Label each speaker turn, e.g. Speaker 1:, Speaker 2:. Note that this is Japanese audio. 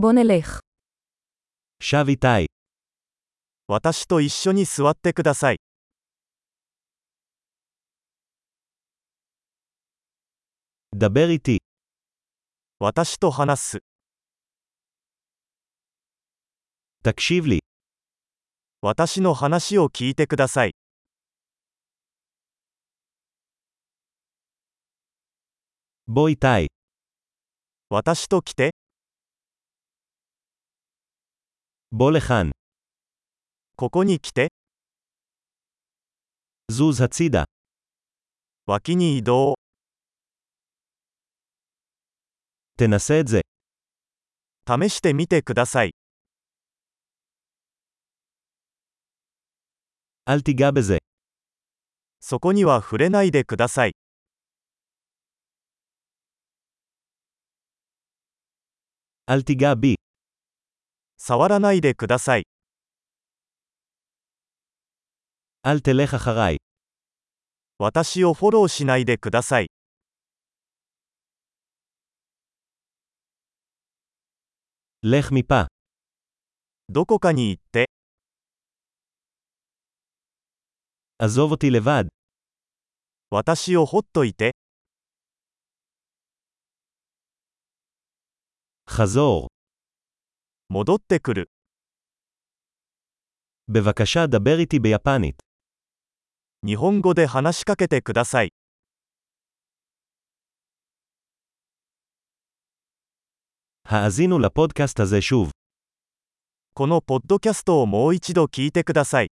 Speaker 1: בוא נלך.
Speaker 2: シャビタイ。
Speaker 3: 私と一緒に座ってください。
Speaker 2: דבר איתי.
Speaker 3: 私と話す。
Speaker 2: תקשיב לי.
Speaker 3: 私の話を聞いてください。
Speaker 2: בוא איתי.
Speaker 3: 私と来て、
Speaker 2: בוא לכאן.
Speaker 3: ここに来て、
Speaker 2: זוז הצידה.
Speaker 3: 脇に移動、
Speaker 2: תנסה את זה.
Speaker 3: 試してみてください。
Speaker 2: אל תיגע בזה.
Speaker 3: そこには触れないでください。
Speaker 2: אל תיגע בי.
Speaker 3: 触らないでください。
Speaker 2: אל תלך אחריי.
Speaker 3: 私をフォローしないでください。
Speaker 2: לך מפה.
Speaker 3: どこかに行って、
Speaker 2: עזוב אותי לבד.
Speaker 3: 私をほっといて、
Speaker 2: חזור.
Speaker 3: 戻ってくる。
Speaker 2: בבקשה דבר איתי ביפנית.
Speaker 3: 日本語で話しかけてください。
Speaker 2: האזינו לפודקאסט הזה שוב.
Speaker 3: このポッドキャストをもう一度聞いてください。